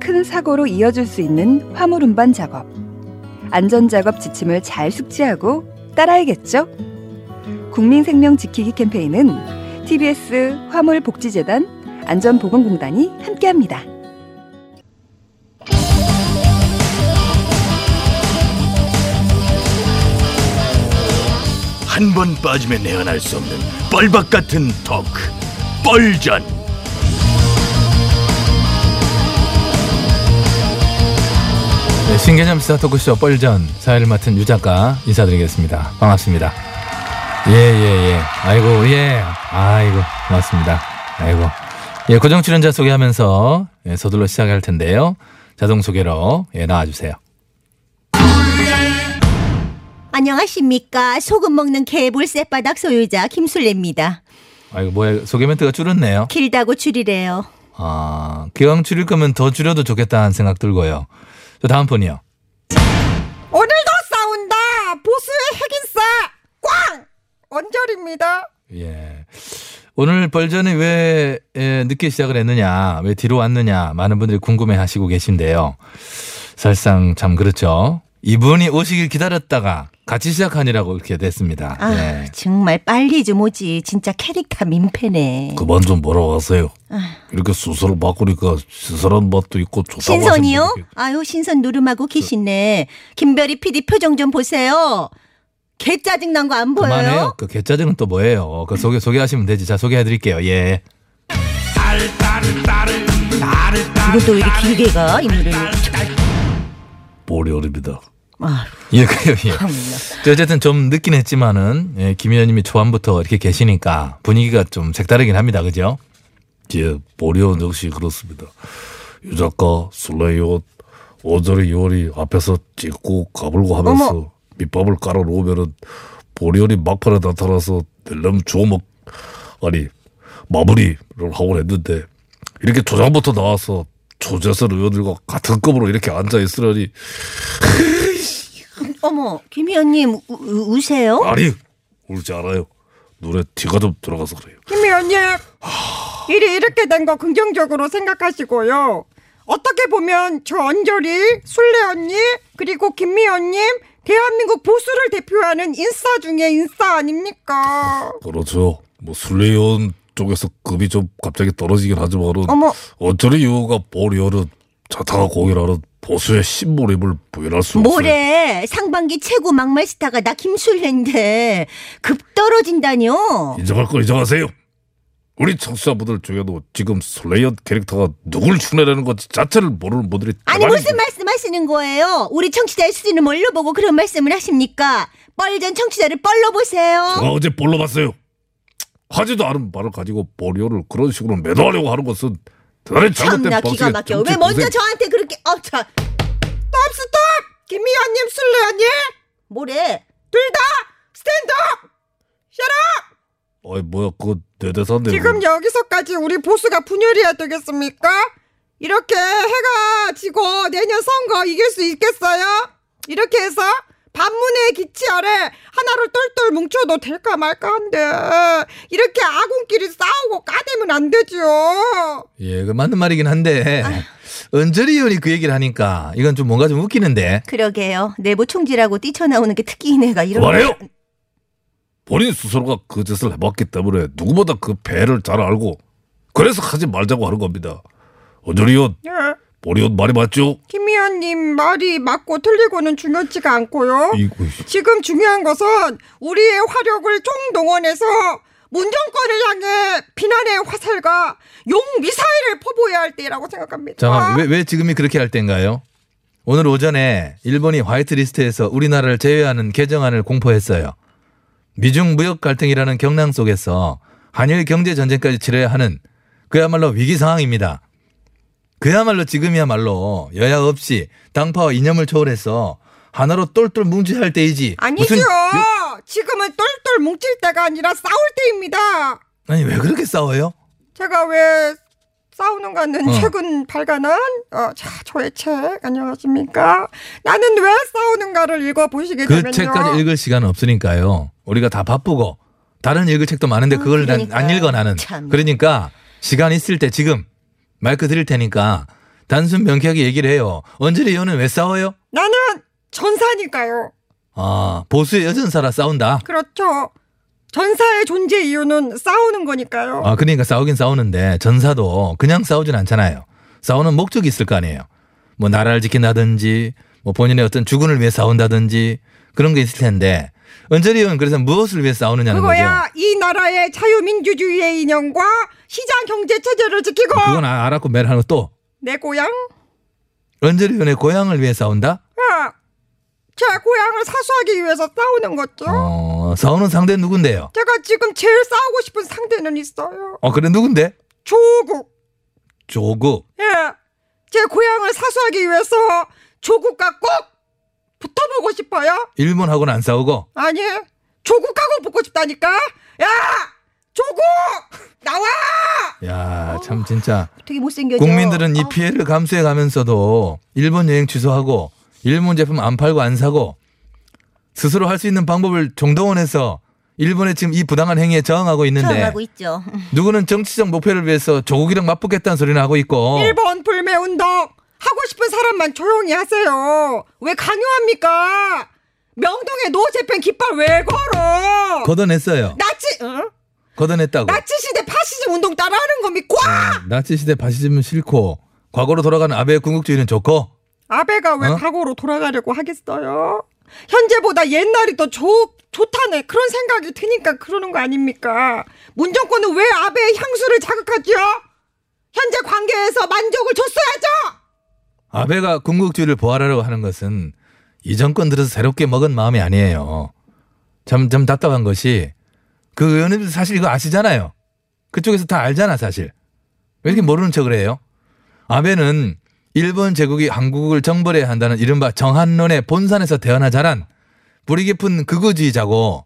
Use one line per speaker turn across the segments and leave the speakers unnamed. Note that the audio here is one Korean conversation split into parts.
큰 사고로 이어질 수 있는 화물 운반 작업. 안전 작업 지침을 잘 숙지하고 따라야겠죠. 국민 생명 지키기 캠페인은 TBS 화물 복지재단 안전보건공단이 함께합니다.
한 번 빠지면 내안할 수 없는 뻘박 같은 토크 뻘전
네, 신개념 시사 토크쇼 뻘전 사회를 맡은 유 작가 인사드리겠습니다. 반갑습니다. 예, 예, 예. 아이고, 예. 아이고, 고맙습니다. 아이고. 예, 고정 출연자 소개하면서 예, 서둘러 시작할 텐데요. 자동 소개로 예, 나와주세요.
안녕하십니까. 소금 먹는 개불 쌔바닥 소유자 김술래입니다.
아이고, 뭐야. 소개 멘트가 줄었네요.
길다고 줄이래요.
아, 기왕 줄일 거면 더 줄여도 좋겠다는 생각 들고요. 저 다음 분이요.
오늘도 싸운다 보수의 핵인싸 꽝 언절입니다
예. 오늘 벌전이 왜 예, 늦게 시작을 했느냐, 왜 뒤로 왔느냐, 많은 분들이 궁금해 하시고 계신데요. 설상 참 그렇죠. 이분이 오시길 기다렸다가 같이 시작하니라고 이렇게 됐습니다.
아
네.
예.
정말 빨리 좀 오지. 진짜 캐릭터 민폐네.
그만 좀 몰아가세요 이렇게 수술을 바꾸니까 시설한 맛도 있고 좋다고 그
신선이요?
하시는데
아유 신선 누름하고 계시네. 김별이 PD 표정 좀 보세요. 개 짜증 난 거 안 보여요?
그만해요. 그 개짜증은 또 뭐예요? 그 소개, 소개하시면 되지. 자, 소개해드릴게요. 예.
이것도 왜 이렇게 길게 가? 이 노래를.
보리얼입니다
아,
예, 그래요, 예.
참나.
저 어쨌든 좀 늦긴 했지만은, 예, 김 의원님이 초반부터 이렇게 계시니까 분위기가 좀 색다르긴 합니다. 그죠?
예 보리얼 역시 그렇습니다 유작가 술래요 오절의 요리 앞에서 찍고 가불고 하면서
어머.
밑밥을 깔아놓으면은 보리얼이 막판에 나타나서 낼름 주워먹 아니 마무리를 하곤 했는데 이렇게 조장부터 나와서 조재선 의원들과 같은 급으로 이렇게 앉아 있으려니
어머 김 의원님 우, 우- 우세요?
아니 울지 않아요. 눈에 티가 좀 들어가서 그래요.
김 의원님 일이 이렇게 된 거 긍정적으로 생각하시고요 어떻게 보면 저 언저리 술래 언니 그리고 김미 언님 대한민국 보수를 대표하는 인싸 중에 인싸 아닙니까
그렇죠. 뭐 술래연 쪽에서 급이 좀 갑자기 떨어지긴 하지만은
어머
어쩌리 이유가 보리얼은 자타가 공이라는 보수의 신몰임을 부인할 수 없어요.
뭐래 상반기 최고 막말 스타가 나 김술래인데 급 떨어진다뇨
인정할 건 인정하세요. 우리 청취자분들 중에도 지금 술래연 캐릭터가 누굴 흉내내는 건지 자체를 모르는 분들이
아니
대단히
무슨 말씀하시는 거예요 우리 청취자의 수준을 뭘로 보고 그런 말씀을 하십니까 뻘전 청취자를 뻘로 보세요
제가 어제 볼러 봤어요. 하지도 않은 말을 가지고 보리오를 그런 식으로 매도하려고 하는 것은 대단히 잘못된
참나 기가
방식의
막혀
정치
왜 먼저
공세-
저한테 그렇게 어참
스톱 스톱 김 의원님 술래 언니
뭐래
둘 다 스탠드업
아이 뭐야 그거 내 대사인데 네.
지금 여기서까지 우리 보수가 분열해야 되겠습니까? 이렇게 해가 지고 내년 선거 이길 수 있겠어요? 이렇게 해서 반문의 기치 아래 하나로 똘똘 뭉쳐도 될까 말까 한데 이렇게 아군끼리 싸우고 까대면 안 되죠.
예, 그 맞는 말이긴 한데 은절이 의원이 그 얘기를 하니까 이건 좀 뭔가 좀 웃기는데
그러게요. 내부 총질하고 뛰쳐나오는 게 특기인 애가 이런.
그만해요!
거-
본인 스스로가 그 짓을 해봤기 때문에 누구보다 그 배를 잘 알고 그래서 하지 말자고 하는 겁니다. 언저리 의원,
예.
보리 의원 말이 맞죠?
김 의원님 말이 맞고 틀리고는 중요치가 않고요.
이거
지금 중요한 것은 우리의 화력을 총동원해서 문정권을 향해 비난의 화살과 용 미사일을 퍼부어야 할 때라고 생각합니다.
잠깐 왜, 왜 지금이 그렇게 할 때인가요? 오늘 오전에 일본이 화이트리스트에서 우리나라를 제외하는 개정안을 공포했어요. 미중 무역 갈등이라는 경랑 속에서 한일 경제 전쟁까지 치러야 하는 그야말로 위기 상황입니다. 그야말로 지금이야말로 여야 없이 당파와 이념을 초월해서 하나로 똘똘 뭉쳐야 할 때이지.
아니죠.
무슨-
지금은 똘똘 뭉칠 때가 아니라 싸울 때입니다.
아니 왜 그렇게 싸워요?
제가 왜 싸우는가는
어.
최근 발간한 어, 자, 저의 책 안녕하십니까? 나는 왜 싸우는가를 읽어 보시게
그
되면요.
책까지 읽을 시간은 없으니까요. 우리가 다 바쁘고 다른 읽을 책도 많은데
음,
그걸 난 안
그러니까요.
읽어 나는.
참.
그러니까 시간 있을 때 지금 마이크 드릴 테니까 단순 명쾌하게 얘기를 해요. 언저리 의원은 왜 싸워요?
나는 전사니까요.
아 보수의 여전사라 싸운다.
그렇죠. 전사의 존재 이유는 싸우는 거니까요.
아 그러니까 싸우긴 싸우는데 전사도 그냥 싸우진 않잖아요. 싸우는 목적이 있을 거 아니에요. 뭐 나라를 지킨다든지 뭐 본인의 어떤 주군을 위해 싸운다든지 그런 게 있을 텐데 언저리 의원 그래서 무엇을 위해 싸우느냐는 거죠.
그거야 이 나라의 자유민주주의의 인형과 시장 경제 체제를 지키고
그건 아- 알았고 매를 하는 또
내 고향,
언저리 의원의 고향을 위해 싸운다?
아, 제 고향을 사수하기 위해서 싸우는 거죠.
어, 싸우는 상대 누군데요?
제가 지금 제일 싸우고 싶은 상대는 있어요.
어, 그래, 누군데?
조국.
조국.
예, 제 고향을 사수하기 위해서 조국과 꼭 붙어보고 싶어요.
일본하고는 안 싸우고.
아니, 조국하고 붙고 싶다니까. 야, 조국 나와.
야, 참, 진짜.
되게 못생겨져.
국민들은 이
아,
피해를 감수해 가면서도 일본 여행 취소하고, 일본 제품 안 팔고 안 사고, 스스로 할 수 있는 방법을 종동원해서 일본의 지금 이 부당한 행위에 저항하고 있는데,
저항하고 있죠. 음,
누구는 정치적 목표를 위해서 조국이랑 맞붙겠다는 소리를 하고 있고,
일본 불매 운동 하고 싶은 사람만 조용히 하세요. 왜 강요합니까? 명동에 노재팬 깃발 왜 걸어?
걷어냈어요.
나치 응?
걷어냈다고.
나치 시대 파시즘 운동 따라하는 겁니까?
나치 시대 바시즘은 싫고, 과거로 돌아가는 아베 궁극주의는 좋고,
아베가 왜
어?
과거로 돌아가려고 하겠어요? 현재보다 옛날이 더 좋, 좋다네 그런 생각이 드니까 그러는 거 아닙니까? 문정권은 왜 아베의 향수를 자극하지요? 현재 관계에서 만족을 줬어야죠.
아베가 궁극주의를 보완하려고 하는 것은 이 정권 들어서 새롭게 먹은 마음이 아니에요. 참, 참 답답한 것이 그 의원님들 사실 이거 아시잖아요. 그쪽에서 다 알잖아, 사실. 왜 이렇게 모르는 척을 해요? 아베는 일본 제국이 한국을 정벌해야 한다는 이른바 정한론의 본산에서 태어나 자란 뿌리 깊은 극우주의자고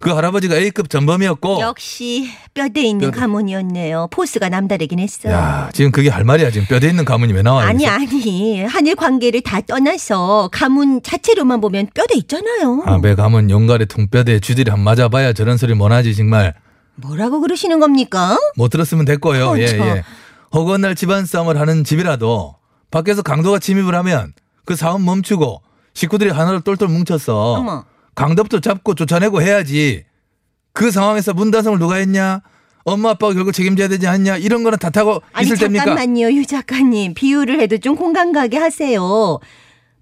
그 할아버지가 A급 전범이었고
역시 뼈대 있는 가문이었네요. 포스가 남다르긴 했어요.
야, 지금 그게 할 말이야. 지금 뼈대 있는 가문이 왜 나와?
아니
여기서?
아니 한일 관계를 다 떠나서 가문 자체로만 보면 뼈대 있잖아요.
아베 네. 가문 용가리 통뼈대에 쥐들이 한 맞아봐야 저런 소리 못하지 정말
뭐라고 그러시는 겁니까?
못 들었으면 됐고요.
어,
예,
참.
예. 허구한 날 집안 싸움을 하는 집이라도 밖에서 강도가 침입을 하면 그 싸움 멈추고 식구들이 하나로 똘똘 뭉쳐서
어머.
강도부터 잡고 쫓아내고 해야지. 그 상황에서 문단속을 누가 했냐? 엄마 아빠가 결국 책임져야 되지 않냐? 이런 거는 다 타고
아니
있을 때입니까?
잠깐만요 유 작가님 비유를 해도 좀 공감 가게 하세요.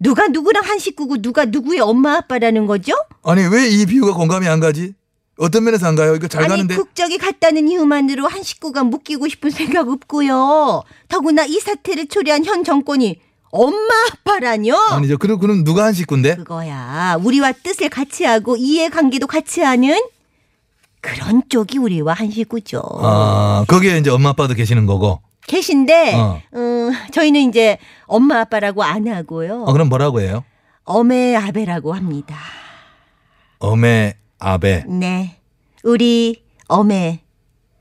누가 누구랑 한 식구고 누가 누구의 엄마 아빠라는 거죠?
아니 왜 이 비유가 공감이 안 가지? 어떤 면에서 안 가요? 이거 잘
아니
가는데
국적이 같다는 이유만으로 한 식구가 묶이고 싶은 생각 없고요. 더구나 이 사태를 초래한 현 정권이 엄마 아빠라뇨?
아니죠. 그럼 그럼 누가 한 식구인데?
그거야. 우리와 뜻을 같이 하고 이해 관계도 같이 하는 그런 쪽이 우리와 한 식구죠.
아 거기에 이제 엄마 아빠도 계시는 거고.
계신데
어.
음, 저희는 이제 엄마 아빠라고 안 하고요.
아, 그럼 뭐라고 해요?
엄의 아베라고 합니다.
엄에 아베.
네. 우리 엄의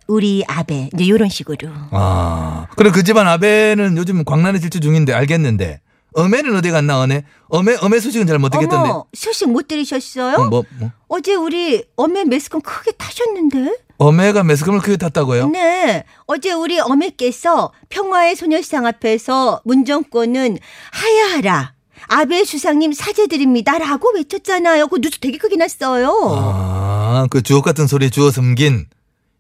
우리 아베 이제 요런 식으로.
아. 그래 그 집안 아베는 요즘 광란에 질주 중인데 알겠는데. 어메는 어디 갔나 어네? 어메 어메 소식은 잘 못 듣겠던데.
어머 소식 못 들으셨어요?
어, 뭐, 뭐
어제 우리 어메 매스컴 크게 타셨는데?
어메가 매스컴을 크게 탔다고요?
네. 어제 우리 어메께서 평화의 소녀시장 앞에서 문정권은 하야하라. 아베 수상님 사죄드립니다라고 외쳤잖아요. 그 뉴스 되게 크게 났어요.
아, 그 주옥 같은 소리 주워 숨긴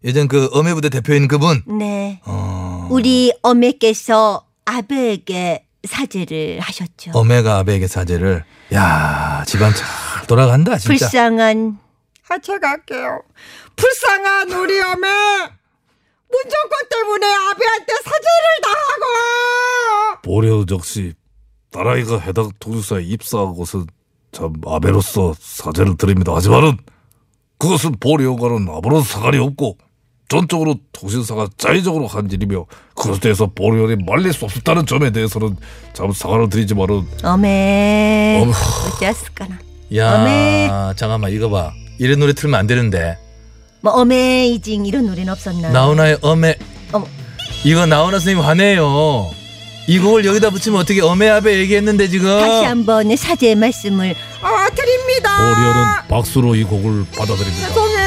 예전 그 어메 부대 대표인 그분.
네.
어,
우리 어메께서 아베에게 사죄를 하셨죠.
어메가 아베에게 사죄를. 야, 집안 잘 돌아간다 진짜.
불쌍한
아, 제가 할게요. 불쌍한 우리 어메! 문정권 때문에 아비한테 사죄를 당하고!
보려 역시 나라이가 해당 통일사에 입사하고서 참 아베로서 사죄를 드립니다. 하지만은 그것은 보려가는 아무런 상관이 없고 전적으로 통신사가 자의적으로 한 일이며 그것에 대해서 보려이 말릴 수 없다는 점에 대해서는 참 상관을 드리지만은
어메
어머.
어찌했을까나.
야,
어메.
잠깐만 이거 봐. 이런 노래 틀면 안 되는데.
뭐 어메이징 이런 노래는 없었나?
나훈아의 어메.
어머.
이거 나훈아 선생님 화내요. 이 곡을 여기다 붙이면 어떻게 어메 아베 얘기했는데 지금.
다시 한번 사죄의 말씀을
아, 드립니다!
보려는 박수로 이 곡을 받아들입니다.
죄송해요!